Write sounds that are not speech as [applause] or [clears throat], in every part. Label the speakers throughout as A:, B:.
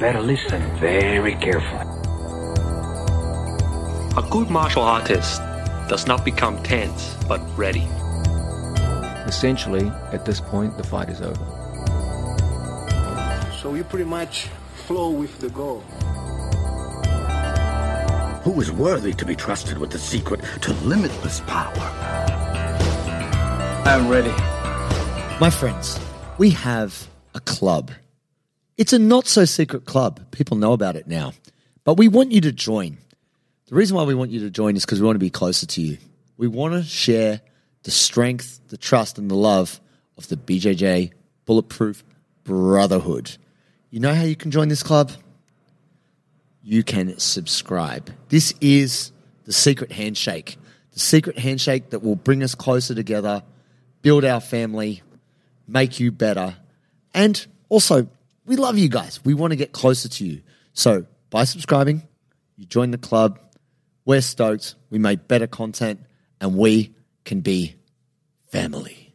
A: Better listen very carefully.
B: A good martial artist does not become tense but ready.
C: Essentially, at this point, the fight is over.
D: So you pretty much flow with the goal.
E: Who is worthy to be trusted with the secret to limitless power?
D: I'm ready.
F: My friends, we have a club. It's a not so secret club. People know about it now. But we want you to join. The reason why we want you to join is because we want to be closer to you. We want to share the strength, the trust, and the love of the BJJ Bulletproof Brotherhood. You know how you can join this club? you can subscribe. This is the secret handshake. The secret handshake that will bring us closer together, build our family, make you better. And also, we love you guys. We want to get closer to you. So, by subscribing, you join the club. We're stoked. We make better content and we can be family.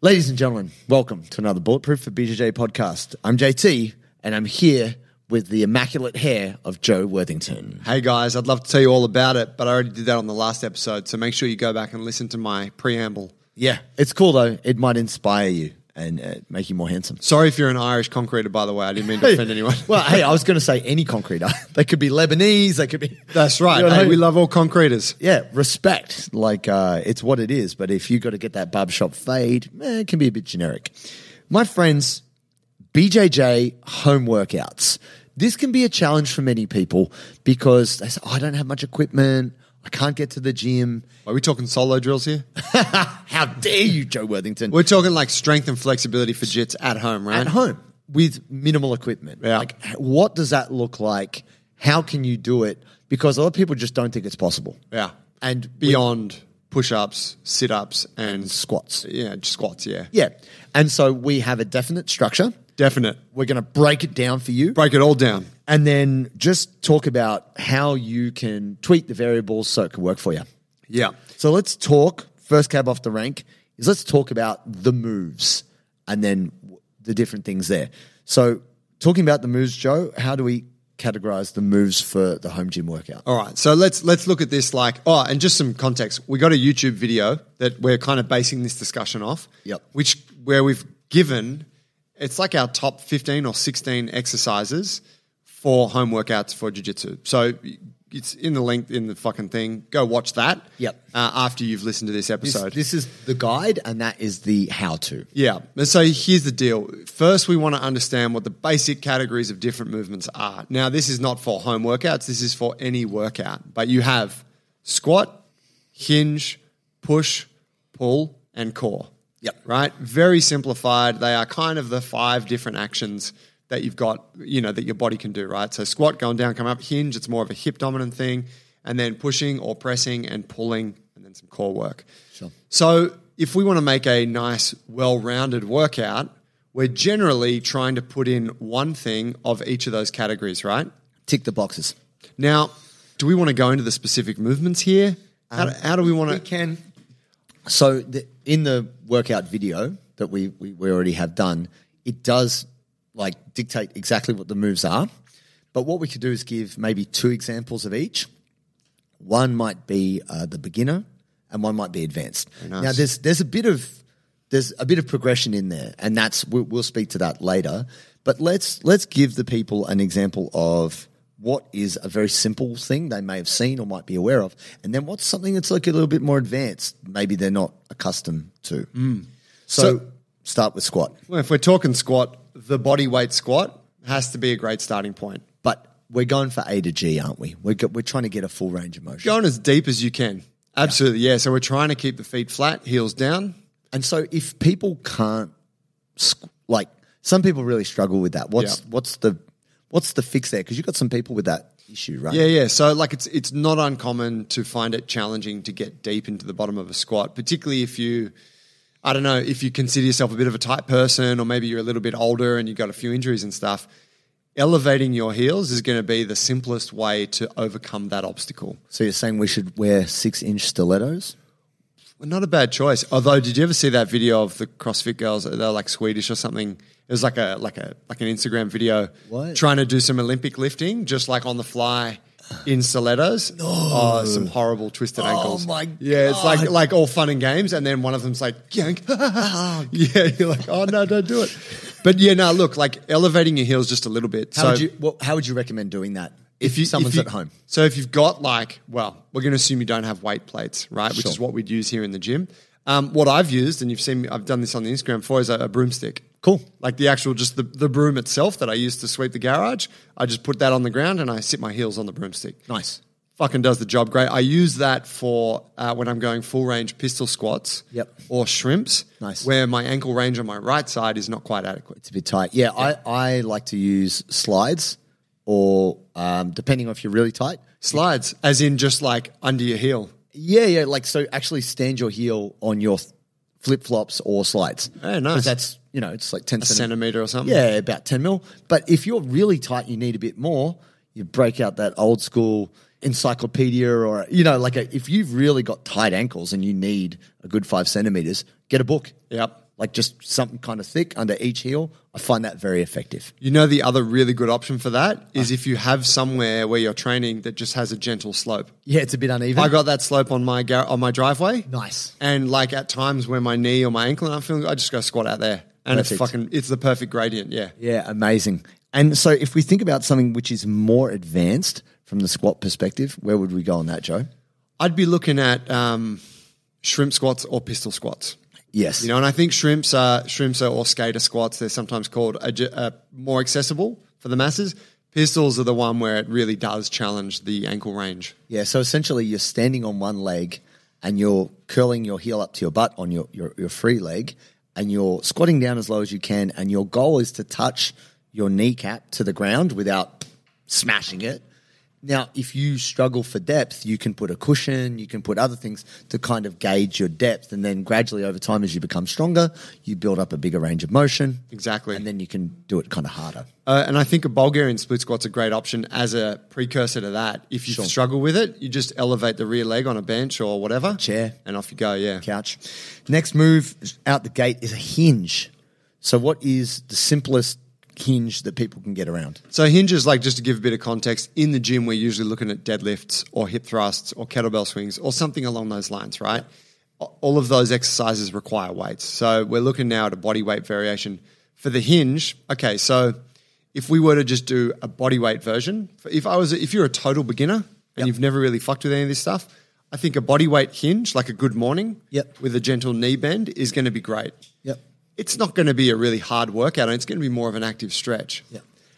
F: Ladies and gentlemen, welcome to another Bulletproof for BJJ podcast. I'm JT, and I'm here with the immaculate hair of Joe Worthington.
G: Hey guys, I'd love to tell you all about it, but I already did that on the last episode, so make sure you go back and listen to my preamble.
F: Yeah, it's cool though. It might inspire you and uh, make you more handsome.
G: Sorry if you're an Irish concreter, by the way. I didn't mean to offend anyone.
F: Well, hey, I was going to say any concreter. [laughs] they could be Lebanese. They could be.
G: [laughs] that's right.
F: You know what I
G: Hey, we
F: mean?
G: love all concreters.
F: Yeah, respect. Like uh, it's what it is. But if you got to get that barbershop fade, eh, it can be a bit generic. My friends, BJJ home workouts. This can be a challenge for many people because they say, oh, I don't have much equipment. I can't get to the gym. [laughs]
G: Are we talking solo drills here?
F: How dare you, Joe Worthington?
G: We're talking like strength and flexibility for jits at home, right?
F: at home with minimal equipment.
G: Yeah.
F: Like, h- what does that look like? How can you do it? Because a lot of people just don't think it's possible.
G: Yeah. And beyond push ups, sit ups, and
F: Squats.
G: Yeah, squats, yeah.
F: Yeah. And so we have a definite structure.
G: Definite.
F: We're going to break it down for you
G: Break it all down.
F: and then just talk about how you can tweak the variables so it can work for you.
G: Yeah.
F: So let's talk. First cab off the rank is let's talk about the moves and then w- the different things there. So, talking about the moves, Joe, how do we categorize the moves for the home gym workout?
G: All right, so let's let's look at this like oh, and just some context. We got a YouTube video that we're kind of basing this discussion off.
F: Yep.
G: Which where we've given it's like our top fifteen or sixteen exercises for home workouts for jujitsu. So it's in the link in the fucking thing. Go watch that.
F: Yep.
G: Uh, after you've listened to this
F: This,
G: episode.
F: this is the guide, and that is the how to.
G: Yeah. And So here's the deal. First, we want to understand what the basic categories of different movements are. Now, this is not for home workouts, this is for any workout. But you have squat, hinge, push, pull, and core.
F: Yep.
G: Right? Very simplified. They are kind of the five different actions that you've got, you know, that your body can do, right? So squat, going down, coming up, hinge, it's more of a hip dominant thing, and then pushing or pressing and pulling, and then some core work. Sure. So if we want to make a nice, well rounded workout, we're generally trying to put in one thing of each of those categories, right?
F: Tick the boxes.
G: Now, do we want to go into the specific movements here? How, how do Um, we want to?
F: can. So the, in the workout video that we, we we already have done, it does like dictate exactly what the moves are. But what we could do is give maybe two examples of each. One might be uh, the beginner, and one might be advanced. Now there's there's a bit of there's a bit of progression in there, and that's we'll, we'll speak to that later. But let's let's give the people an example of what is a very simple thing they may have seen or might be aware of, and then what's something that's like a little bit more advanced, maybe they're not accustomed to. So,
G: So-
F: start with squat,
G: Well, if we're talking squat, the body weight squat has to be a great starting point.
F: but we're going for A to G, aren't we? We're go- we're trying to get a full range of motion.
G: Going as deep as you can. Absolutely, yeah. So we're trying to keep the feet flat, heels down.
F: And so if people can't squ- like some people really struggle with that. What's
G: Yeah.
F: what's the what's the fix there? Because you've got some people with that issue, right?
G: Yeah, yeah. So like it's it's not uncommon to find it challenging to get deep into the bottom of a squat, particularly if you I don't know, if you consider yourself a bit of a tight person or maybe you're a little bit older and you've got a few injuries and stuff. Elevating your heels is going to be the simplest way to overcome that obstacle.
F: So you're saying we should wear six inch stilettos?
G: Not a bad choice. Although, did you ever see that video of the CrossFit girls? They're like Swedish or something. It was like a like a like an Instagram video
F: What?
G: trying to do some Olympic lifting, just like on the fly in stilettos. No, oh, some horrible twisted ankles.
F: my
G: Yeah, it's like like all fun and games, and then one of them's like,
F: [laughs]
G: yank. [laughs] yeah, you're like, oh no, don't do it. But yeah, no, look, like elevating your heels just a little bit.
F: How
G: so
F: would you well, how would you recommend doing that if,
G: you-
F: someone's
G: you-
F: at home?
G: So if you've got like, well, we're going to assume you don't have weight plates, right? Which
F: Sure.
G: is what we'd use here in the gym. Um, what I've used, and you've seen, I've done this on the Instagram for, is a, a broomstick.
F: Cool.
G: Like the actual, just the, the broom itself that I use to sweep the garage. I just put that on the ground and I sit my heels on the broomstick.
F: Nice.
G: Fucking does the job great. I use that for uh, when I'm going full range pistol squats
F: Yep.
G: or shrimps,
F: Nice.
G: where my ankle range on my right side is not quite adequate.
F: It's a bit tight. Yeah, I, I like to use slides or um, depending on if you're really tight.
G: Slides, as in just like under your heel.
F: Yeah, yeah. Like so, actually stand your heel on your flip flops or slides.
G: Eh, nice.
F: 'Cause That's you know, it's like ten
G: A
F: centimeters.
G: centimeter or something.
F: Yeah, about 10 mil. But if you're really tight, you need a bit more. You break out that old school encyclopedia or, you know, like a, if you've really got tight ankles and you need a good five centimeters, get a book.
G: Yep.
F: Like just something kind of thick under each heel. I find that very effective.
G: You know, the other really good option for that is if you have somewhere where you're training that just has a gentle slope.
F: Yeah, it's a bit uneven.
G: I got that slope on my gar- on my driveway.
F: Nice.
G: And like at times where my knee or my ankle and I'm feeling, I just go squat out there, and it's
F: Perfect.
G: fucking it's the perfect gradient. Yeah.
F: Yeah, amazing. And so if we think about something which is more advanced from the squat perspective, where would we go on that, Joe?
G: I'd be looking at um, shrimp squats or pistol squats.
F: Yes.
G: You know, and I think shrimps are shrimps are or skater squats. They're sometimes called are, ju- are more accessible for the masses. Pistols are the one where it really does challenge the ankle range.
F: Yeah, so essentially you're standing on one leg and you're curling your heel up to your butt on your, your, your free leg and you're squatting down as low as you can and your goal is to touch your kneecap to the ground without smashing it. Now, if you struggle for depth, you can put a cushion, you can put other things to kind of gauge your depth and then gradually over time as you become stronger, you build up a bigger range of motion.
G: Exactly.
F: And then you can do it kind of harder.
G: Uh, and I think a Bulgarian split squat's a great option as a precursor to that. If you struggle with it, you just elevate the rear leg on a bench or whatever.
F: Chair.
G: And off you go, yeah.
F: couch. Next move out the gate is a hinge. So, what is the simplest hinge that people can get around?
G: So hinges, like just to give a bit of context, in the gym we're usually looking at deadlifts or hip thrusts or kettlebell swings or something along those lines, right? A- All of those exercises require weights. So we're looking now at a body weight variation. For the hinge, okay, so if we were to just do a body weight version, if I was if you're a total beginner and you've never really fucked with any of this stuff, I think a body weight hinge, like a good morning
F: Yep.
G: with a gentle knee bend, is going to be great.
F: Yep.
G: It's not going to be a really hard workout, and it's going to be more of an active stretch.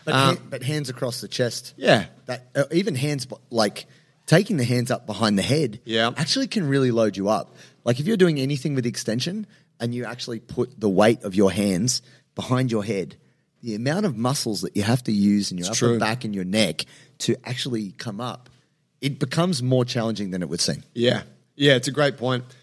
F: But,
G: Um,
F: ha- but hands across the chest.
G: Yeah.
F: That uh, even hands b- like taking the hands up behind the head.
G: Yeah.
F: Actually, can really load you up. Like if you're doing anything with extension and you actually put the weight of your hands behind your head, the amount of muscles that you have to use in your upper
G: true.
F: back and your neck to actually come up, it becomes more challenging than it would seem.
G: Yeah, yeah, it's a great point. [clears throat]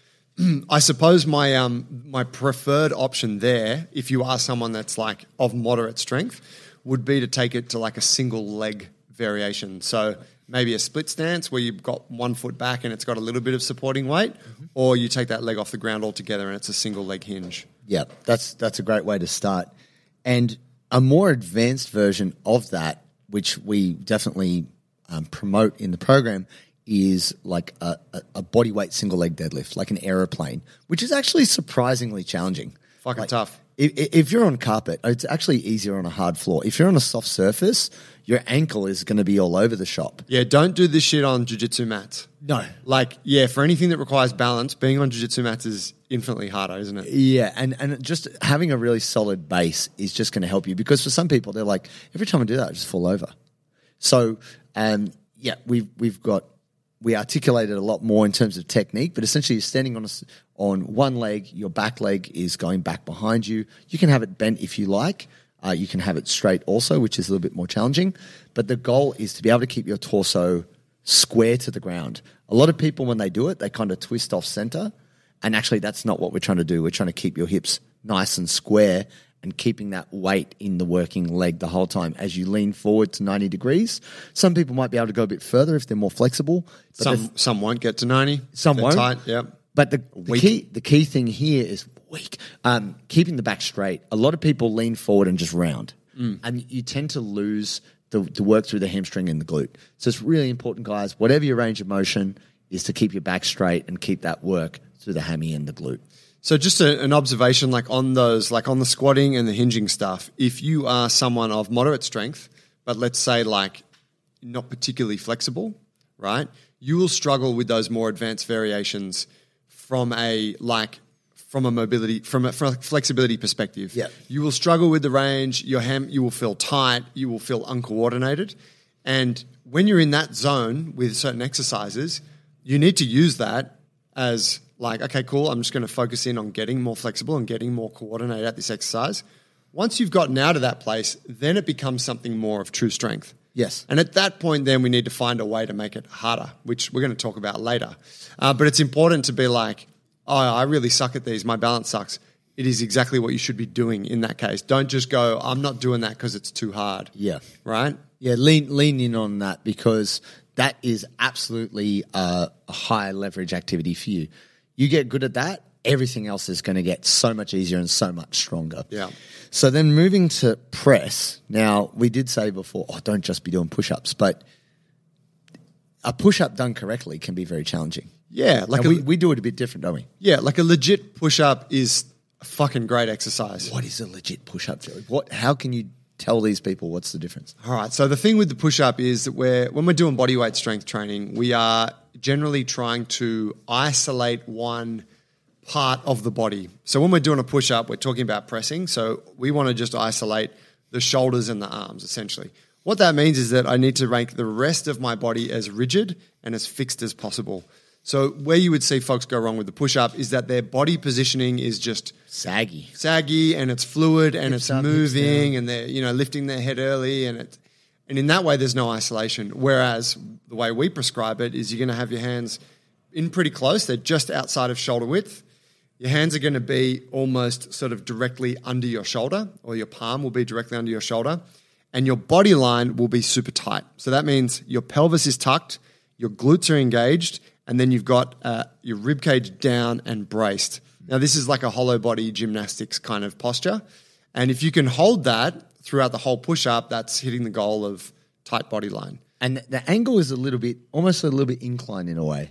G: I suppose my um, my preferred option there, if you are someone that's like of moderate strength, would be to take it to like a single leg variation. So maybe a split stance where you've got one foot back and it's got a little bit of supporting weight,
F: Mm-hmm.
G: or you take that leg off the ground altogether and it's a single leg hinge.
F: Yeah, that's that's a great way to start. And a more advanced version of that, which we definitely um, promote in the program, is like a, a, a body weight single leg deadlift, like an aeroplane, which is actually surprisingly challenging.
G: Fucking
F: Like,
G: tough.
F: If, if you're on carpet, it's actually easier on a hard floor. If you're on a soft surface, your ankle is going to be all over the shop.
G: Yeah, don't do this shit on jujitsu mats.
F: No.
G: Like, yeah, for anything that requires balance, being on jujitsu mats is infinitely harder, isn't it?
F: Yeah, and and just having a really solid base is just going to help you because for some people they're like, every time I do that, I just fall over. So, um, yeah, we've we've got we articulated a lot more in terms of technique, but essentially you're standing on a s on one leg, your back leg is going back behind you. You can have it bent if you like. Uh, you can have it straight also, which is a little bit more challenging. But the goal is to be able to keep your torso square to the ground. A lot of people, when they do it, they kind of twist off center. And actually, that's not what we're trying to do. We're trying to keep your hips nice and square and keeping that weight in the working leg the whole time as you lean forward to 90 degrees. Some people might be able to go a bit further if they're more flexible. But
G: Some some won't get to ninety.
F: Some
G: They're
F: won't.
G: Tight, yep.
F: But the, the key the key thing here is weak. Um, keeping the back straight. A lot of people lean forward and just round,
G: Mm.
F: and you tend to lose the, the work through the hamstring and the glute. So it's really important, guys. Whatever your range of motion is, to keep your back straight and keep that work through the hammy and the glute.
G: So just a, an observation, like on those, like on the squatting and the hinging stuff. If you are someone of moderate strength, but let's say like not particularly flexible, right? You will struggle with those more advanced variations from a like from a mobility from a fr- flexibility perspective.
F: Yeah.
G: you will struggle with the range. Your ham, you will feel tight. You will feel uncoordinated, and when you're in that zone with certain exercises, you need to use that as like, okay, cool, I'm just going to focus in on getting more flexible and getting more coordinated at this exercise. Once you've gotten out of that place, then it becomes something more of true strength.
F: Yes.
G: And at that point, then we need to find a way to make it harder, which we're going to talk about later. Uh, but it's important to be like, oh, I really suck at these. My balance sucks. It is exactly what you should be doing in that case. Don't just go, I'm not doing that because it's too hard.
F: Yeah.
G: Right?
F: Yeah, lean lean in on that because that is absolutely uh, a high leverage activity for you. You get good at that, everything else is going to get so much easier and so much stronger.
G: Yeah.
F: So then moving to press. Now we did say before, oh, don't just be doing push ups, but a push up done correctly can be very challenging.
G: Yeah.
F: Like
G: Like a-
F: we, we do it a bit different, don't we?
G: Yeah, like a legit push up is a fucking great exercise.
F: What is a legit push up, Joey? What? How can you tell these people what's the difference?
G: All right. So the thing with the push up is that we're when we're doing bodyweight strength training, we are generally trying to isolate one part of the body. So when we're doing a push up, we're talking about pressing. So we want to just isolate the shoulders and the arms essentially. What that means is that I need to rank the rest of my body as rigid and as fixed as possible. So where you would see folks go wrong with the push up is that their body positioning is just
F: Saggy.
G: saggy and it's fluid and
F: Hips
G: it's
F: up, hips
G: moving and they're you know lifting their head early and it and in that way there's no isolation whereas the way we prescribe it is you're going to have your hands in pretty close they're just outside of shoulder width your hands are going to be almost sort of directly under your shoulder or your palm will be directly under your shoulder and your body line will be super tight so that means your pelvis is tucked your glutes are engaged and then you've got uh, your rib cage down and braced now this is like a hollow body gymnastics kind of posture and if you can hold that throughout the whole push up that's hitting the goal of tight body line
F: and the angle is a little bit, almost a little bit inclined in a way,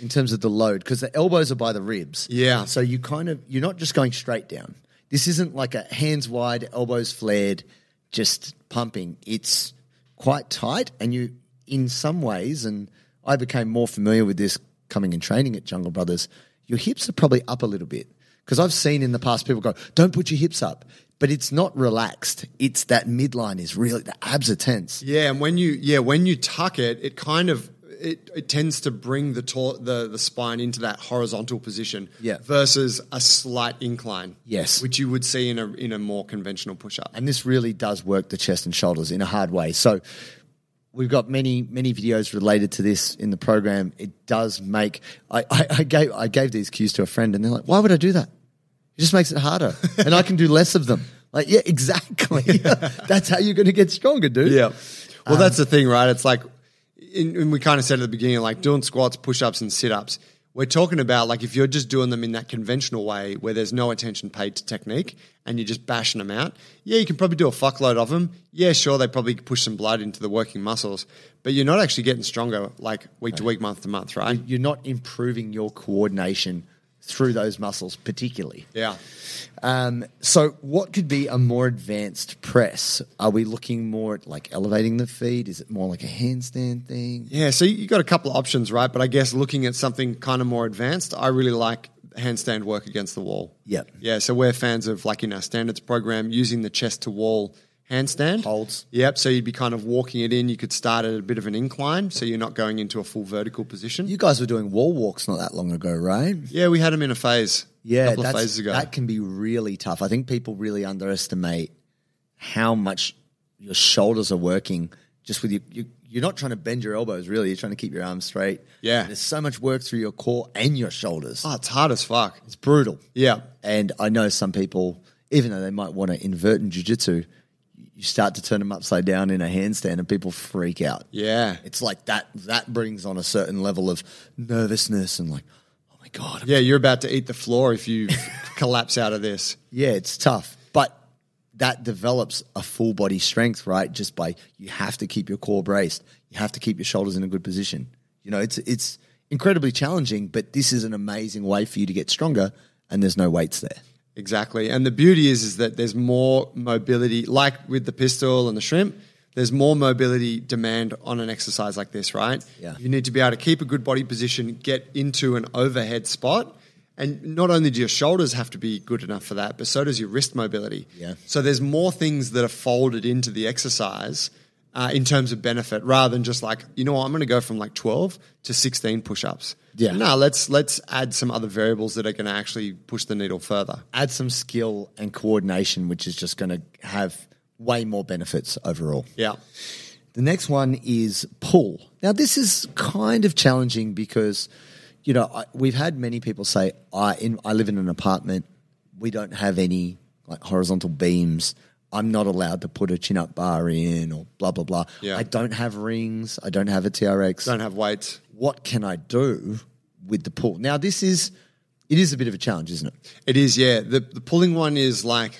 F: in terms of the load, because the elbows are by the ribs.
G: Yeah.
F: So you kind of you're not just going straight down. This isn't like a hands wide, elbows flared, just pumping. It's quite tight, and you, in some ways, and I became more familiar with this coming and training at Jungle Brothers. Your hips are probably up a little bit because I've seen in the past people go, "Don't put your hips up," but it's not relaxed. It's that midline is really the abs are tense.
G: Yeah, and when you yeah when you tuck it, it kind of it, it tends to bring the, tor- the the spine into that horizontal position.
F: Yeah.
G: versus a slight incline.
F: Yes.
G: which you would see in a in a more conventional push up.
F: and this really does work the chest and shoulders in a hard way. So we've got many many videos related to this in the program. It does make I, I, I gave I gave these cues to a friend, and they're like, "Why would I do that? It just makes it harder, and I can do less of them." Like, yeah, exactly. [laughs] That's how you're going to get stronger, [laughs] dude.
G: Yeah. Well, that's the thing, right? It's like, in, and we kind of said at the beginning, like doing squats, push ups, and sit ups. We're talking about like if you're just doing them in that conventional way where there's no attention paid to technique and you're just bashing them out. Yeah, you can probably do a fuckload of them. Yeah, sure, they probably push some blood into the working muscles, but you're not actually getting stronger like week to week, month to month, right?
F: You're not improving your coordination through those muscles, particularly.
G: Yeah.
F: Um, so, what could be a more advanced press? Are we looking more at like elevating the feet? Is it more like a handstand thing?
G: Yeah, so you you got a couple of options, right? But I guess looking at something kind of more advanced, I really like handstand work against the wall.
F: Yep.
G: Yeah, so we're fans of like in our standards program using the chest to wall handstand
F: Holds.
G: Yep, so you'd be kind of walking it in. You could start at a bit of an incline, so you're not going into a full vertical position.
F: You guys were doing wall walks not that long ago, right?
G: yeah, we had them in a phase. a
F: Yeah,
G: couple of
F: that's-
G: phases ago.
F: that can be really tough. I think people really underestimate how much your shoulders are working just with your, you. You're not trying to bend your elbows, really. You're trying to keep your arms straight.
G: Yeah.
F: There's so much work through your core and your shoulders.
G: oh, it's hard as fuck.
F: It's brutal.
G: Yeah.
F: And I know some people, even though they might want to invert in jujitsu, you start to turn them upside down in a handstand and people freak out.
G: Yeah.
F: It's like that that brings on a certain level of nervousness and like, oh my god.
G: Yeah, you're about to eat the floor
F: [laughs]
G: if you collapse out of this.
F: Yeah, it's tough, but that develops a full body strength, right? Just by you have to keep your core braced, you have to keep your shoulders in a good position. You know, it's it's incredibly challenging, but this is an amazing way for you to get stronger, and there's no weights there.
G: Exactly. And the beauty is, is that there's more mobility, like with the pistol and the shrimp, there's more mobility demand on an exercise like this, right?
F: Yeah.
G: You need to be able to keep a good body position, get into an overhead spot. And not only do your shoulders have to be good enough for that, but so does your wrist mobility.
F: Yeah.
G: So there's more things that are folded into the exercise uh, in terms of benefit, rather than just like you know what I'm going to go from like 12 to 16 push-ups.
F: Yeah.
G: No, let's let's add some other variables that are going to actually push the needle further.
F: Add some skill and coordination, which is just going to have way more benefits overall.
G: Yeah.
F: The next one is pull. Now, this is kind of challenging because, you know, I, we've had many people say, I, in, I live in an apartment. We don't have any like horizontal beams. I'm not allowed to put a chin up bar in or blah, blah, blah.
G: Yeah.
F: I don't have rings. I don't have a TRX
G: Don't have weights.
F: what can I do with the pull? Now, this is it is a bit of a challenge, isn't it?
G: It is, yeah. The the pulling one is like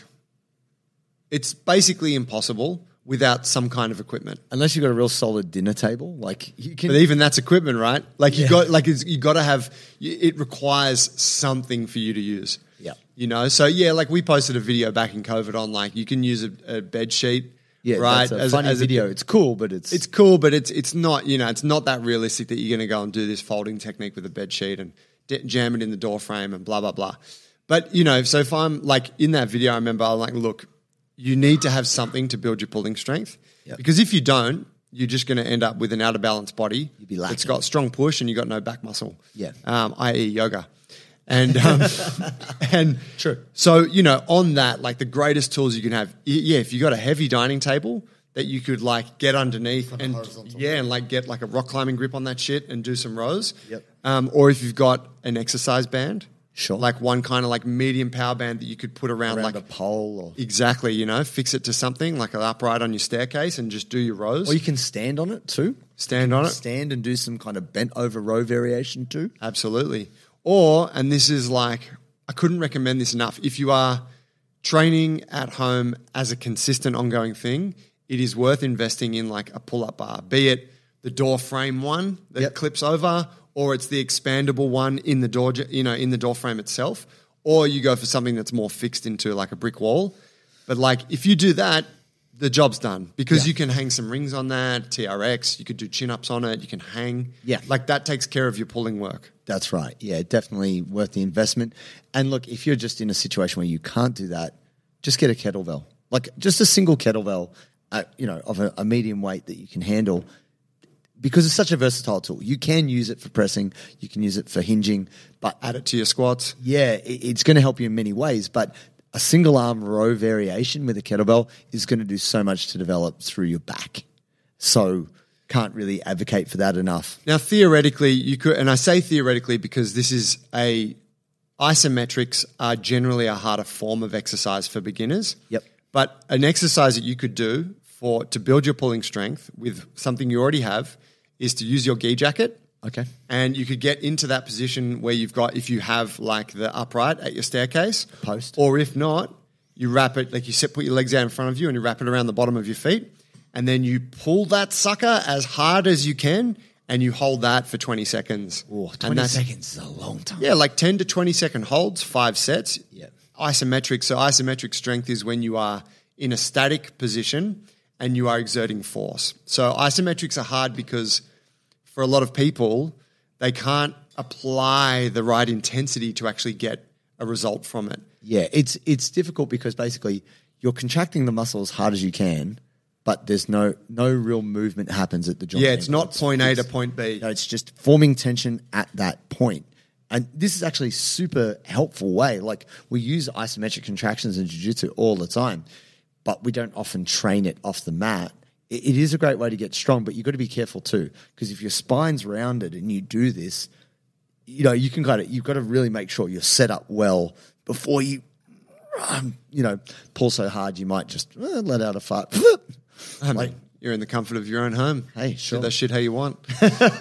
G: it's basically impossible without some kind of equipment.
F: Unless you've got a real solid dinner table, like you can.
G: But even that's equipment, right? Like you got like it's, you got to have you- it requires something for you to use.
F: Yeah.
G: You know, so yeah, like we posted a video back in COVID on like you can use a, a bed sheet,
F: yeah,
G: right?
F: It's a funny video. it's cool, but it's
G: it's cool, but it's it's not you know it's not that realistic that you're going to go and do this folding technique with a bed sheet and d- jam it in the door frame and blah blah blah. But you know, so if I'm like in that video, I remember I'm like, look, you need to have something to build your pulling strength
F: Yep.
G: because if you don't, you're just going to end up with an out of balance body.
F: be lacking.
G: It's got strong push and you got no back muscle.
F: Yeah.
G: um, i.e. yoga.
F: [laughs]
G: And um, and true. So you know, on that, like the greatest tools you can have, y- yeah. If you got a heavy dining table that you could like get underneath and yeah, and like get like a rock climbing grip on that shit and do some rows.
F: Yep.
G: Um, or if you've got an exercise band,
F: Sure.
G: like one kind of like medium power band that you could put around,
F: around
G: like
F: a pole, or,
G: exactly, you know, fix it to something like an upright on your staircase and just do your rows.
F: or you can stand on it too.
G: stand on it.
F: Stand and do some kind of bent over row variation too.
G: Absolutely. Or, and this is like, I couldn't recommend this enough. If you are training at home as a consistent ongoing thing, it is worth investing in like a pull up bar, be it the door frame one that
F: Yep.
G: clips over, or it's the expandable one in the door, you know, in the door frame itself, or you go for something that's more fixed into like a brick wall. But like, if you do that, the job's done because you can hang some rings on that, TRX, you could do chin ups on it, you can hang.
F: Yeah.
G: Like, that takes care of your pulling work.
F: That's right. Yeah, definitely worth the investment. And look, if you're just in a situation where you can't do that, just get a kettlebell, like just a single kettlebell, uh, you know, of a, a medium weight that you can handle, because it's such a versatile tool. You can use it for pressing, you can use it for hinging, but
G: add it to your squats.
F: yeah, it, it's going to help you in many ways. But a single arm row variation with a kettlebell is going to do so much to develop through your back. So can't really advocate for that enough.
G: Now, theoretically, you could, and I say theoretically because this is a isometrics are generally a harder form of exercise for beginners.
F: Yep.
G: But an exercise that you could do for to build your pulling strength with something you already have is to use your gi jacket.
F: Okay.
G: And you could get into that position where you've got, if you have like the upright at your staircase,
F: Post.
G: or if not, you wrap it like you sit, put your legs out in front of you, and you wrap it around the bottom of your feet, and then you pull that sucker as hard as you can, and you hold that for twenty seconds.
F: Oh,
G: And
F: 20
G: that's-
F: seconds is a long time.
G: Yeah, like ten to twenty second holds, five sets.
F: Yeah.
G: Isometric. So isometric strength is when you are in a static position and you are exerting force. So isometrics are hard because for a lot of people, they can't apply the right intensity to actually get a result from it.
F: Yeah, it's it's difficult because basically you're contracting the muscle as hard as you can, but there's no no real movement happens at the joint.
G: Yeah, it's
F: angle.
G: not point A to point B.
F: No, it's just forming tension at that point. And this is actually super helpful way. Like we use isometric contractions in jiu-jitsu all the time, but we don't often train it off the mat. It, it is a great way to get strong, but you've got to be careful too, because if your spine's rounded and you do this, you know, you can kind of you've got to really make sure you're set up well before you eh, um, you know, pull so hard you might just uh, let out a fart. like
G: you're in the comfort of your own home.
F: Hey, sure.
G: Do that shit how
F: [laughs]
G: you want.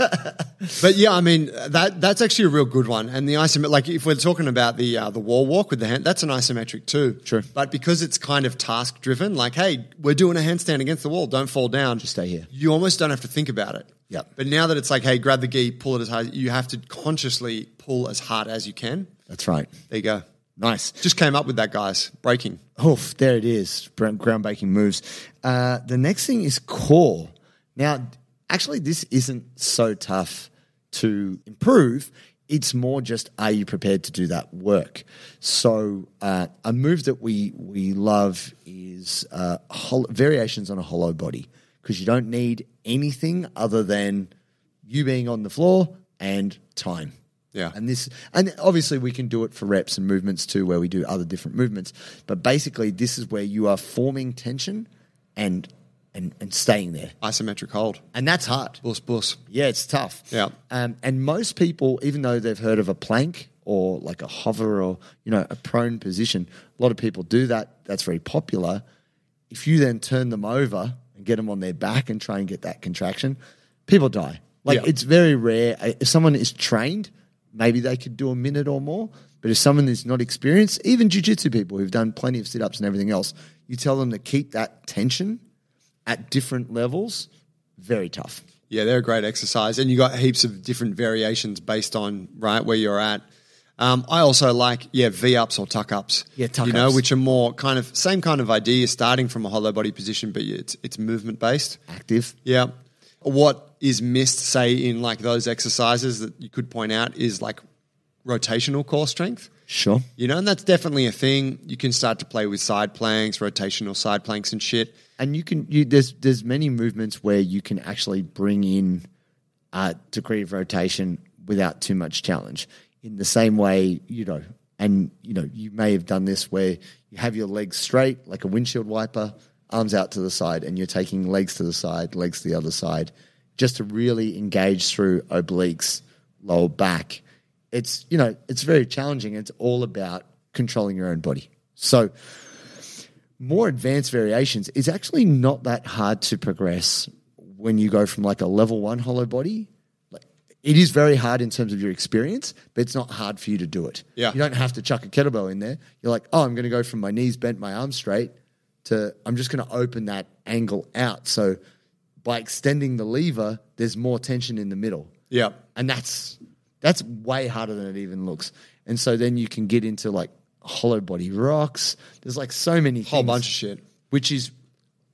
G: but yeah, I mean that that's actually a real good one. And the isometric, like if we're talking about the uh, the wall walk with the hand, that's an isometric too.
F: True.
G: But because it's kind of task driven, like hey, we're doing a handstand against the wall, don't fall down,
F: Just stay here.
G: You almost don't have to think about it.
F: Yep.
G: But now that it's like hey, grab the gi, pull it as hard, you have to consciously pull as hard as you can.
F: [laughs] That's right.
G: There you go.
F: Nice.
G: Just came up with that, guys. Breaking.
F: Oof, Oh, there it is. Ground- Groundbreaking moves. Uh, the next thing is core. Now, actually, this isn't so tough to improve. It's more just are you prepared to do that work? So, uh, a move that we we love is uh, hol- variations on a hollow body because you don't need anything other than you being on the floor and time.
G: Yeah.
F: And this and obviously we can do it for reps and movements too where we do other different movements, but basically this is where you are forming tension and and and staying there.
G: Isometric hold.
F: And that's hard.
G: Bus, bus.
F: Yeah, it's tough.
G: Yeah.
F: Um, and most people even though they've heard of a plank or like a hover or you know a prone position, a lot of people do that. That's very popular. If you then turn them over and get them on their back and try and get that contraction, people die. Like
G: Yeah.
F: it's very rare. Uh, If someone is trained, maybe they could do a minute or more. But if someone is not experienced, even jujitsu people who've done plenty of sit ups and everything else, you tell them to keep that tension at different levels. Very tough.
G: Yeah, they're a great exercise, and you got heaps of different variations based on right where you're at. Um, I also like yeah V ups or tuck ups.
F: Yeah, tuck
G: you know,
F: ups.
G: which are more kind of same kind of idea, starting from a hollow body position, but it's it's movement based.
F: Active.
G: Yeah. What is missed, say, in like those exercises that you could point out is like rotational core strength.
F: Sure.
G: You know, and that's definitely a thing. You can start to play with side planks, rotational side planks, and shit.
F: and you can you there's there's many movements where you can actually bring in a degree of rotation without too much challenge in the same way you know and you know you may have done this where you have your legs straight like a windshield wiper arms out to the side and you're taking legs to the side legs to the other side just to really engage through obliques lower back it's you know it's very challenging it's all about controlling your own body so more advanced variations is actually not that hard to progress when you go from like a level one hollow body. Like, It is very hard in terms of your experience, but it's not hard for you to do it.
G: Yeah.
F: You don't have to chuck a kettlebell in there. You're like, oh, I'm going to go from my knees bent, my arms straight to I'm just going to open that angle out. So by extending the lever, there's more tension in the middle
G: Yeah.
F: and that's that's way harder than it even looks. And so then you can get into like hollow body rocks. There's like so many
G: Whole
F: things,
G: bunch of shit.
F: which is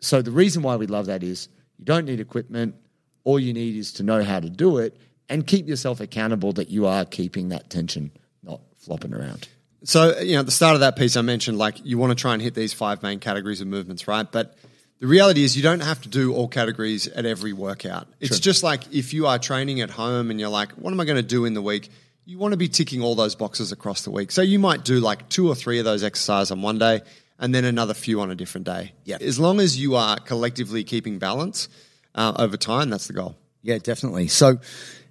F: so the reason why we love that is you don't need equipment. All you need is to know how to do it and keep yourself accountable that you are keeping that tension, not flopping around.
G: So, you know, at the start of that piece, I mentioned like you want to try and hit these five main categories of movements, right? But the reality is you don't have to do all categories at every workout. It's just like if you are training at home and you're like, what am I going to do in the week? You want to be ticking all those boxes across the week. So you might do like two or three of those exercises on one day and then another few on a different day.
F: Yeah.
G: As long as you are collectively keeping balance uh, over time, that's the goal.
F: Yeah, definitely. So,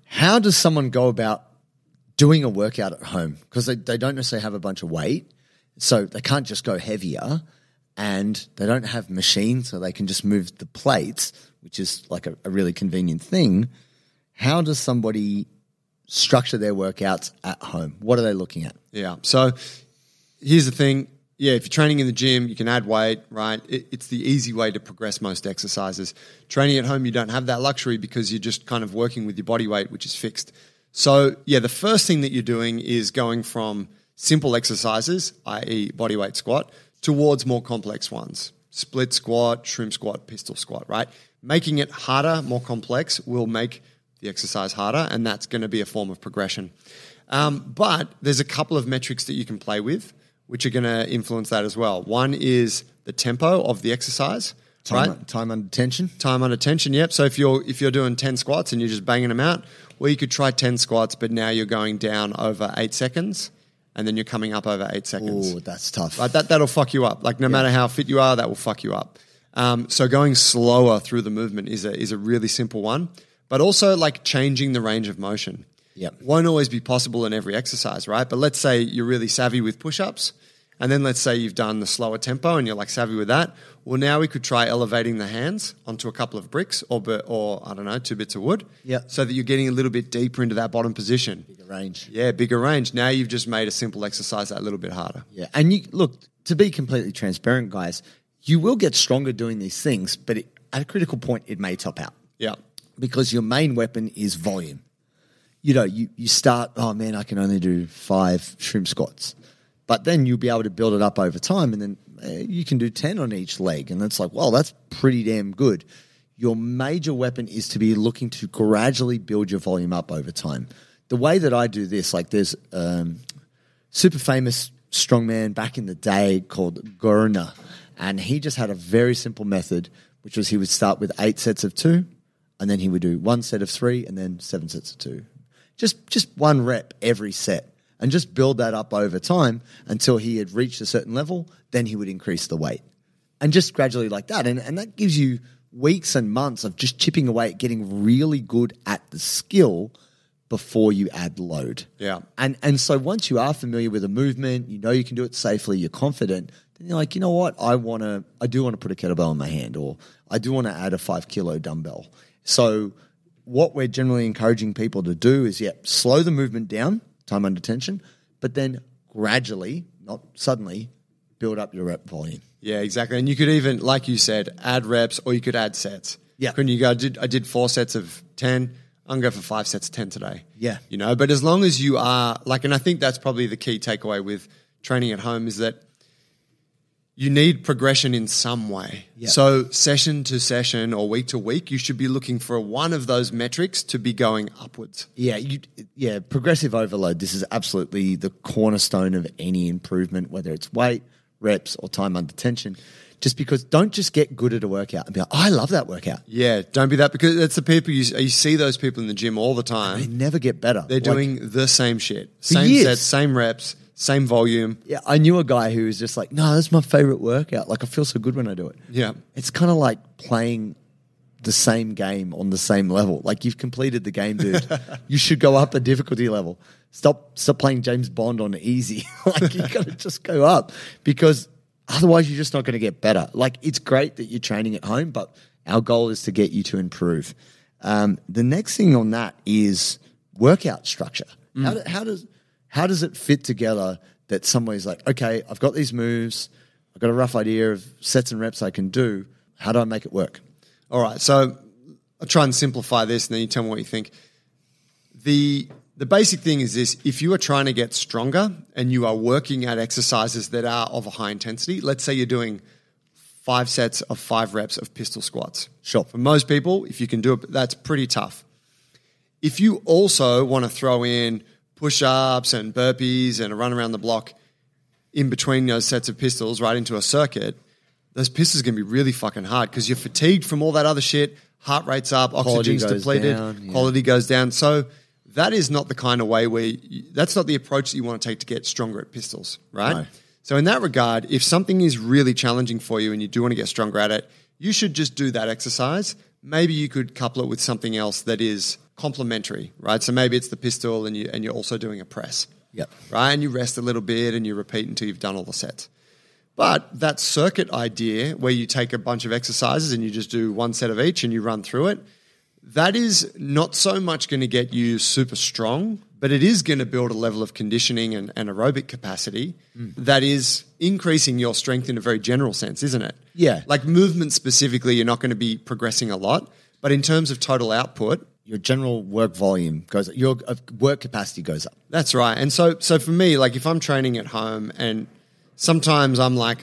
F: how does someone go about doing a workout at home? Because they, they don't necessarily have a bunch of weight. So, they can't just go heavier and they don't have machines. So, they can just move the plates, which is like a, a really convenient thing. How does somebody structure their workouts at home? What are they looking at?
G: Yeah. So here's the thing. Yeah, if you're training in the gym, you can add weight, right? It, it's the easy way to progress most exercises. Training at home, you don't have that luxury because you're just kind of working with your body weight, which is fixed. So, yeah, the first thing that you're doing is going from simple exercises, i.e., body weight squat, towards more complex ones split squat, shrimp squat, pistol squat, right? Making it harder, more complex will make the exercise harder, and that's going to be a form of progression. Um, but there's a couple of metrics that you can play with, which are going to influence that as well. One is the tempo of the exercise,
F: Time,
G: right?
F: time under tension?
G: Time under tension. Yep. So if you're if you're doing ten squats and you're just banging them out, well, you could try ten squats, but now you're going down over eight seconds, and then you're coming up over eight seconds.
F: Oh, that's tough.
G: Right, that that'll fuck you up. Like no matter how fit you are, that will fuck you up. Um, so going slower through the movement is a is a really simple one, but also like changing the range of motion.
F: Yep.
G: won't always be possible in every exercise, right? But let's say you're really savvy with push ups, And then let's say you've done the slower tempo and you're like savvy with that. Well, now we could try elevating the hands onto a couple of bricks or, bu- or I don't know, two bits of wood.
F: Yeah.
G: So that you're getting a little bit deeper into that bottom position.
F: Bigger range.
G: Yeah, bigger range. Now you've just made a simple exercise that little bit harder.
F: Yeah. And you look, to be completely transparent, guys, you will get stronger doing these things, but it, at a critical point, it may top out.
G: Yeah.
F: because your main weapon is volume. You know, you, you start, oh man, I can only do five shrimp squats. But then you'll be able to build it up over time, and then eh, you can do 10 on each leg. And that's like, well, that's pretty damn good. Your major weapon is to be looking to gradually build your volume up over time. The way that I do this, like there's um, super famous strongman back in the day called Gurna, and he just had a very simple method, which was he would start with eight sets of two, and then he would do one set of three, and then seven sets of two, just just one rep every set, and just build that up over time until he had reached a certain level. Then he would increase the weight, and just gradually like that, and and that gives you weeks and months of just chipping away at getting really good at the skill before you add load.
G: Yeah.
F: And and so once you are familiar with a movement, you know you can do it safely, you're confident, then you're like, you know what, I wanna I do wanna put a kettlebell in my hand or I do wanna add a five kilo dumbbell. So what we're generally encouraging people to do is yeah, slow the movement down, time under tension, but then gradually, not suddenly, build up your rep volume.
G: Yeah, exactly. And you could even, like you said, add reps or you could add sets.
F: Yeah.
G: Couldn't you go, I did, I did four sets of 10. I'm going to go for five sets of 10 today.
F: Yeah.
G: You know, but as long as you are like, and I think that's probably the key takeaway with training at home is that you need progression in some way.
F: Yeah.
G: So session to session or week to week, you should be looking for one of those metrics to be going upwards.
F: Yeah, you, yeah, progressive overload. This is absolutely the cornerstone of any improvement, whether it's weight, reps, or time under tension. Just because don't just get good at a workout and be like, "Oh, I love that workout.
G: Yeah. Don't be that because that's the people you, you see those people in the gym all the time.
F: They never get better.
G: They're
F: Like,
G: doing the same shit, same
F: years.
G: sets, same reps, same volume.
F: Yeah, I knew a guy who was just like, no, that's my favorite workout. Like, I feel so good when I do it.
G: Yeah.
F: It's kind of like playing the same game on the same level. Like, you've completed the game, dude. you should go up a difficulty level. Stop, stop playing James Bond on easy. [laughs] like, you got to just go up because otherwise you're just not going to get better. Like, it's great that you're training at home, but our goal is to get you to improve. Um, the next thing on that is workout structure. How, do, how does how does it fit together that somebody's like, okay, I've got these moves, I've got a rough idea of sets and reps I can do. How do I make it work?
G: All right. So I'll try and simplify this and then you tell me what you think. The the basic thing is this if you are trying to get stronger and you are working at exercises that are of a high intensity, let's say you're doing five sets of five reps of pistol squats.
F: Sure.
G: For most people, if you can do it, that's pretty tough. If you also want to throw in push ups and burpees and a run around the block in between those sets of pistols right into a circuit, those pistols are going to be really fucking hard because you're fatigued from all that other shit. Heart rate's up, oxygen's
F: goes
G: depleted,
F: down, yeah.
G: quality goes down. So that is not the kind of way where you, that's not the approach that you want to take to get stronger at pistols, right?
F: No.
G: So in that regard, if something is really challenging for you and you do want to get stronger at it, you should just do that exercise. Maybe you could couple it with something else that is complementary, right? So maybe it's the pistol and you and you're also doing a press.
F: Yep.
G: Right? And you rest a little bit and you repeat until you've done all the sets. But that circuit idea where you take a bunch of exercises and you just do one set of each and you run through it, that is not so much going to get you super strong, but it is going to build a level of conditioning and, and aerobic capacity that is increasing your strength in a very general sense, isn't it?
F: Yeah.
G: Like movement specifically, you're not going to be progressing a lot, but in terms of total output,
F: Your general work volume goes up. Your uh, work capacity goes up.
G: That's right. And so so for me, like if I'm training at home and sometimes I'm like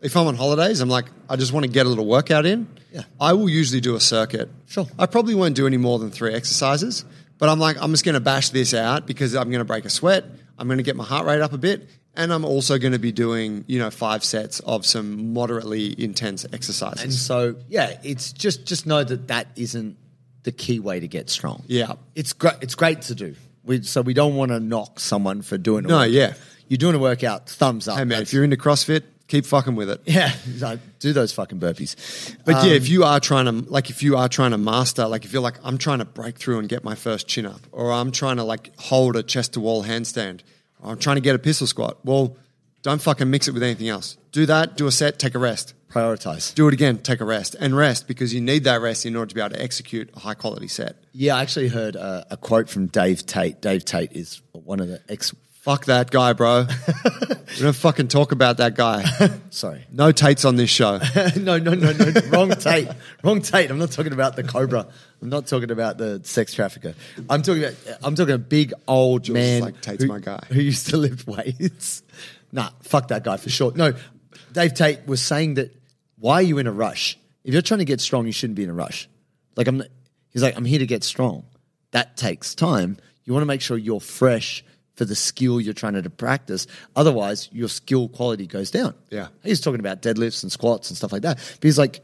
G: if I'm on holidays, I'm like, I just want to get a little workout in.
F: Yeah.
G: I will usually do a circuit.
F: Sure.
G: I probably won't do any more than three exercises, but I'm like, I'm just going to bash this out because I'm going to break a sweat. I'm going to get my heart rate up a bit. And I'm also going to be doing, you know, five sets of some moderately intense exercises.
F: And so, yeah, it's just just know that that isn't the key way to get strong.
G: Yeah.
F: it's great. It's great to do. We, so we don't want to knock someone for doing. A
G: No,
F: workout.
G: yeah.
F: You're doing a workout. Thumbs up.
G: hey, man,
F: That's-
G: if you're into CrossFit, keep fucking with it.
F: yeah, [laughs] [laughs] like, do those fucking burpees.
G: But
F: Um,
G: yeah, if you are trying to like, if you are trying to master, like, if you're like, I'm trying to break through and get my first chin up, or I'm trying to like hold a chest to wall handstand, or I'm trying to get a pistol squat. Well, Don't fucking mix it with anything else. Do that, do a set, take a rest.
F: Prioritize.
G: Do it again, take a rest, and rest because you need that rest in order to be able to execute a high quality set.
F: Yeah, I actually heard uh, a quote from Dave Tate. Dave Tate is one of the ex.
G: Fuck that guy, bro. [laughs] we don't fucking talk about that guy.
F: [laughs] Sorry. [laughs]
G: No Tates on this show.
F: no, no, no, no. Wrong Tate. Wrong Tate. I'm not talking about the Cobra. I'm not talking about the sex trafficker. I'm talking about. I'm talking a big old
G: George
F: man.
G: is like, "Tate's
F: who,
G: my guy."
F: Who used to lift weights. [laughs] nah, fuck that guy for sure. No, Dave Tate was saying that. Why are you in a rush? If you're trying to get strong, you shouldn't be in a rush. Like I'm. He's like, I'm here to get strong. That takes time. You want to make sure you're fresh for the skill you're trying to practice. Otherwise, your skill quality goes down.
G: Yeah.
F: He's talking about deadlifts and squats and stuff like that. But he's like,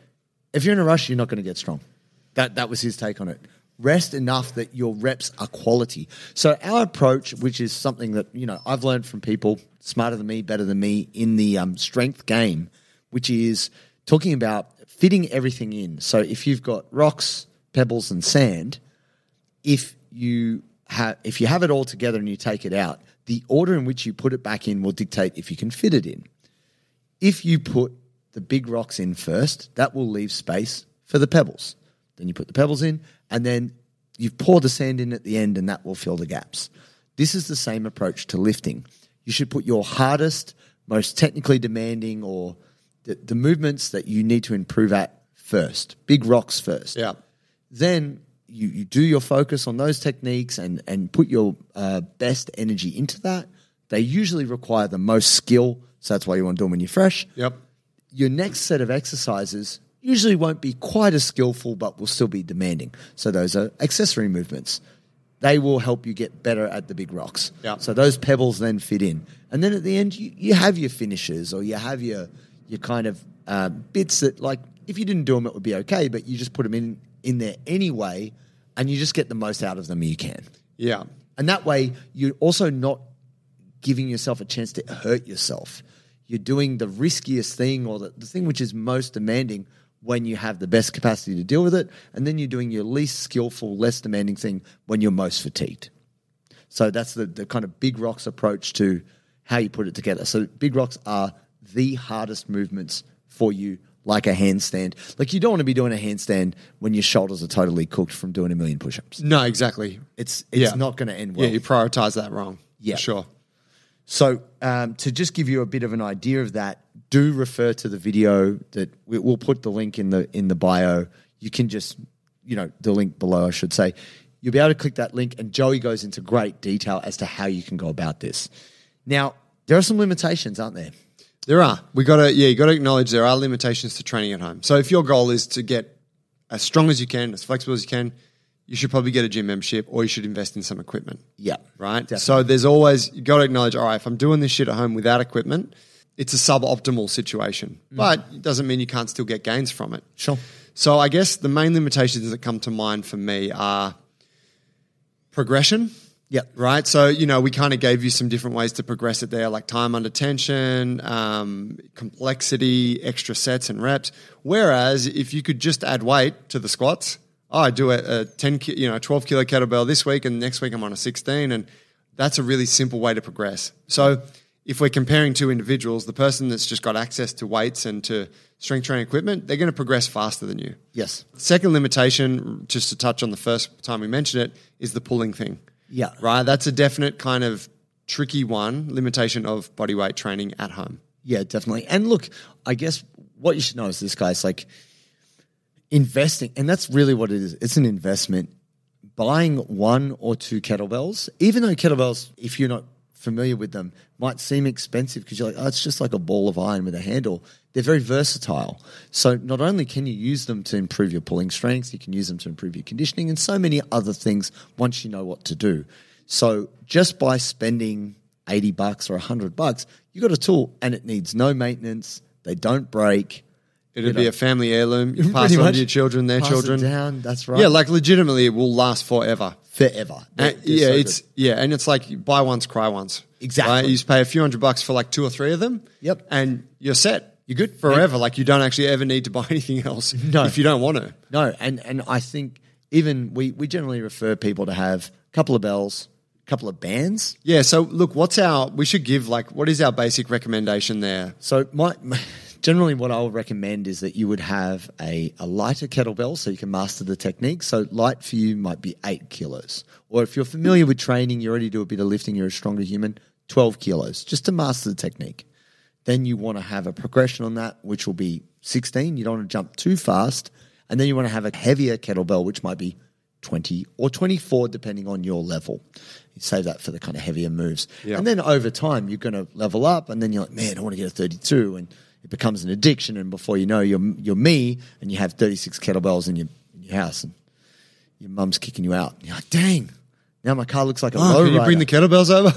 F: if you're in a rush, you're not going to get strong. That that was his take on it. Rest enough that your reps are quality. So our approach, which is something that you know I've learned from people smarter than me, better than me in the um, strength game, which is talking about fitting everything in. So if you've got rocks, pebbles, and sand, if you have if you have it all together and you take it out, the order in which you put it back in will dictate if you can fit it in. If you put the big rocks in first, that will leave space for the pebbles. Then you put the pebbles in, and then you pour the sand in at the end, and that will fill the gaps. This is the same approach to lifting. You should put your hardest, most technically demanding, or the, the movements that you need to improve at first. Big rocks first
G: yeah.
F: then you, you do your focus on those techniques and and put your uh, best energy into that. They usually require the most skill, so that's why you want to do them when you're fresh.
G: Yep.
F: Your next set of exercises usually won't be quite as skillful, but will still be demanding. So those are accessory movements. They will help you get better at the big rocks.
G: Yeah.
F: So those pebbles then fit in, and then at the end you, you have your finishes or you have your your kind of uh, bits that like if you didn't do them it would be okay, but you just put them in in there anyway, and you just get the most out of them you can.
G: Yeah.
F: And that way, you're also not giving yourself a chance to hurt yourself. You're doing the riskiest thing or the, the thing which is most demanding when you have the best capacity to deal with it. And then you're doing your least skillful, less demanding thing when you're most fatigued. So that's the, the kind of big rocks approach to how you put it together. So big rocks are the hardest movements for you, like a handstand. Like you don't want to be doing a handstand when your shoulders are totally cooked from doing a million push ups.
G: No, exactly.
F: It's, it's
G: Yeah.
F: not going to end well.
G: yeah, you prioritize that wrong.
F: Yeah.
G: For sure.
F: So, um, to just give you a bit of an idea of that, do refer to the video that we, we'll put the link in the in the bio. You can just, you know, the link below, I should say. You'll be able to click that link, and Joey goes into great detail as to how you can go about this. Now, there are some limitations, aren't there?
G: There are. We got to yeah, you got to acknowledge there are limitations to training at home. So if your goal is to get as strong as you can, as flexible as you can, you should probably get a gym membership or you should invest in some equipment.
F: Yeah,
G: Right?
F: definitely.
G: So there's always you got to acknowledge all right, if I'm doing this shit at home without equipment, it's a suboptimal situation. But it doesn't mean you can't still get gains from it.
F: Sure.
G: So I guess the main limitations that come to mind for me are progression
F: Yeah,
G: right? So you know, we kind of gave you some different ways to progress it there, like time under tension, um, complexity, extra sets and reps. Whereas if you could just add weight to the squats, oh, I do a, a ten, ki- you know, twelve kilo kettlebell this week, and next week I'm on a sixteen, and that's a really simple way to progress. So if we're comparing two individuals, the person that's just got access to weights and to strength training equipment, they're going to progress faster than you.
F: Yes.
G: Second limitation, just to touch on the first time we mentioned it, is the pulling thing.
F: Yeah.
G: Right? That's a definite kind of tricky one limitation of body weight training at home.
F: Yeah, definitely. And look, I guess what you should know is this guy's like investing, and that's really what it is. It's an investment. Buying one or two kettlebells, even though kettlebells, if you're not familiar with them, might seem expensive because you're like, oh, it's just like a ball of iron with a handle. They're very versatile. So not only can you use them to improve your pulling strength, you can use them to improve your conditioning and so many other things once you know what to do. So just by spending 80 bucks or 100 bucks, you got a tool and it needs no maintenance. They don't break.
G: It'll
F: You
G: be
F: know.
G: a family heirloom.
F: [laughs]
G: You pass
F: Pretty
G: it on
F: much.
G: to your children, their
F: Pass it
G: children.
F: down, that's right.
G: Yeah, like legitimately, it will last forever.
F: Forever. They're-
G: And-
F: they're
G: yeah,
F: so good.
G: it's yeah, and it's like you buy once, cry once.
F: Exactly.
G: Right? You just pay a few hundred bucks for like two or three of them.
F: Yep.
G: And you're set. You're good forever. Like you don't actually ever need to buy [laughs] anything else
F: No.
G: if you don't want to.
F: No, and and I think even we we generally refer people to have a couple of bells, couple of bands.
G: Yeah. So look, what's our? We should give like what is our basic recommendation there?
F: So my, my generally what I would recommend is that you would have a, a lighter kettlebell so you can master the technique. So light for you might be eight kilos. Or if you're familiar with training, you already do a bit of lifting, you're a stronger human, 12 kilos, just to master the technique. Then you want to have a progression on that, which will be 16. You don't want to jump too fast. And then you want to have a heavier kettlebell, which might be 20 or 24, depending on your level. You save that for the kind of heavier moves.
G: Yeah.
F: And then over time, you're going to level up, and then you're like, man, I want to get a 32. And it becomes an addiction. And before you know, you're, you're me, and you have 36 kettlebells in your, in your house, and your mum's kicking you out. And you're like, dang, now my car looks like a
G: Oh,
F: low
G: can you bring the kettlebells over?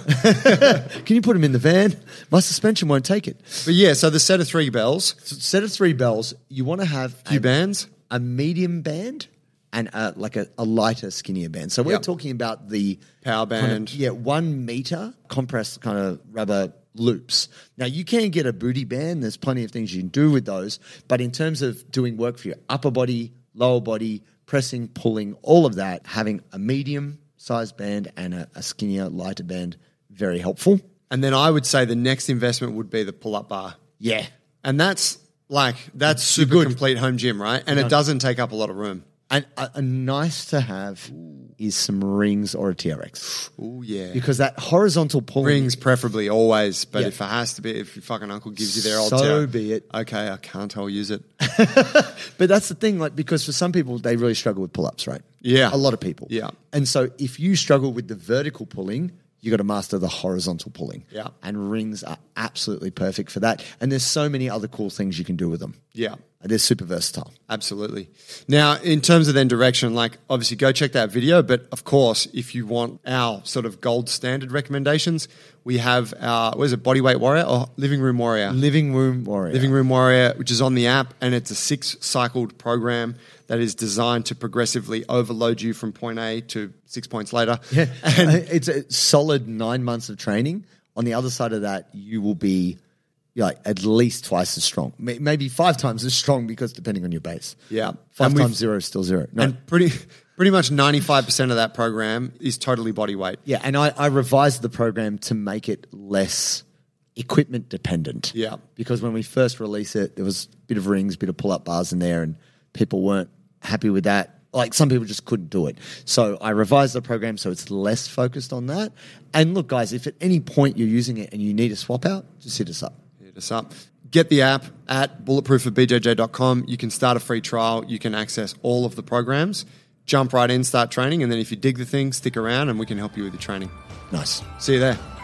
F: [laughs] can you put them in the van? My suspension won't take it.
G: but yeah, so the set of three bells,
F: Set of three bells, you want to have
G: few
F: a,
G: bands.
F: a medium band and a, like a, a lighter, skinnier band. So we're
G: Yep.
F: talking about the
G: Power
F: kind of-
G: band.
F: yeah, one meter compressed kind of rubber loops. Now you can get a booty band. There's plenty of things you can do with those. But in terms of doing work for your upper body, lower body, pressing, pulling, all of that, having a medium sized band and a, a skinnier, lighter band, very helpful.
G: And then I would say the next investment would be the pull-up bar.
F: Yeah.
G: And that's like that's super complete home gym, right? And it doesn't take up a lot of room.
F: And a, a nice to have is some rings or a TRX
G: Oh yeah.
F: because that horizontal pulling
G: Rings preferably always, but
F: Yeah.
G: if it has to be, if your fucking uncle gives you their old
F: So
G: tower,
F: be it.
G: Okay, I can't. I'll use it.
F: But that's the thing, like because for some people they really struggle with pull-ups, right?
G: Yeah.
F: a lot of people.
G: Yeah.
F: and so if you struggle with the vertical pulling, you got to master the horizontal pulling.
G: Yeah.
F: and rings are absolutely perfect for that. And there's so many other cool things you can do with them.
G: Yeah.
F: they're super versatile.
G: Absolutely. Now, in terms of then direction, like obviously go check that video, but of course, if you want our sort of gold standard recommendations, we have our what is it, Bodyweight Warrior or Living Room Warrior?
F: Living [laughs] room warrior.
G: Living Room Warrior, which is on the app, and it's a six cycled program that is designed to progressively overload you from point A to six points later.
F: [laughs]
G: [laughs]
F: Yeah, it's a solid nine months of training. On the other side of that, you will be you know, like at least twice as strong, May- maybe five times as strong, because depending on your base.
G: Yeah.
F: five
G: And we've-
F: times zero is still zero. No.
G: And pretty pretty much ninety five percent of that program is totally body weight.
F: Yeah, and I, I revised the program to make it less equipment dependent.
G: Yeah.
F: Because when we first released it, there was a bit of rings, bit of pull up bars in there, and people weren't happy with that. Like some people just couldn't do it. So I revised the program so it's less focused on that. And look, guys, if at any point you're using it and you need a swap out, just hit us up.
G: Hit us up. Get the app at bulletproofforbjj.com. You can start a free trial. You can access all of the programs. Jump right in, start training, and then if you dig the thing, stick around and we can help you with your training.
F: Nice.
G: See you there.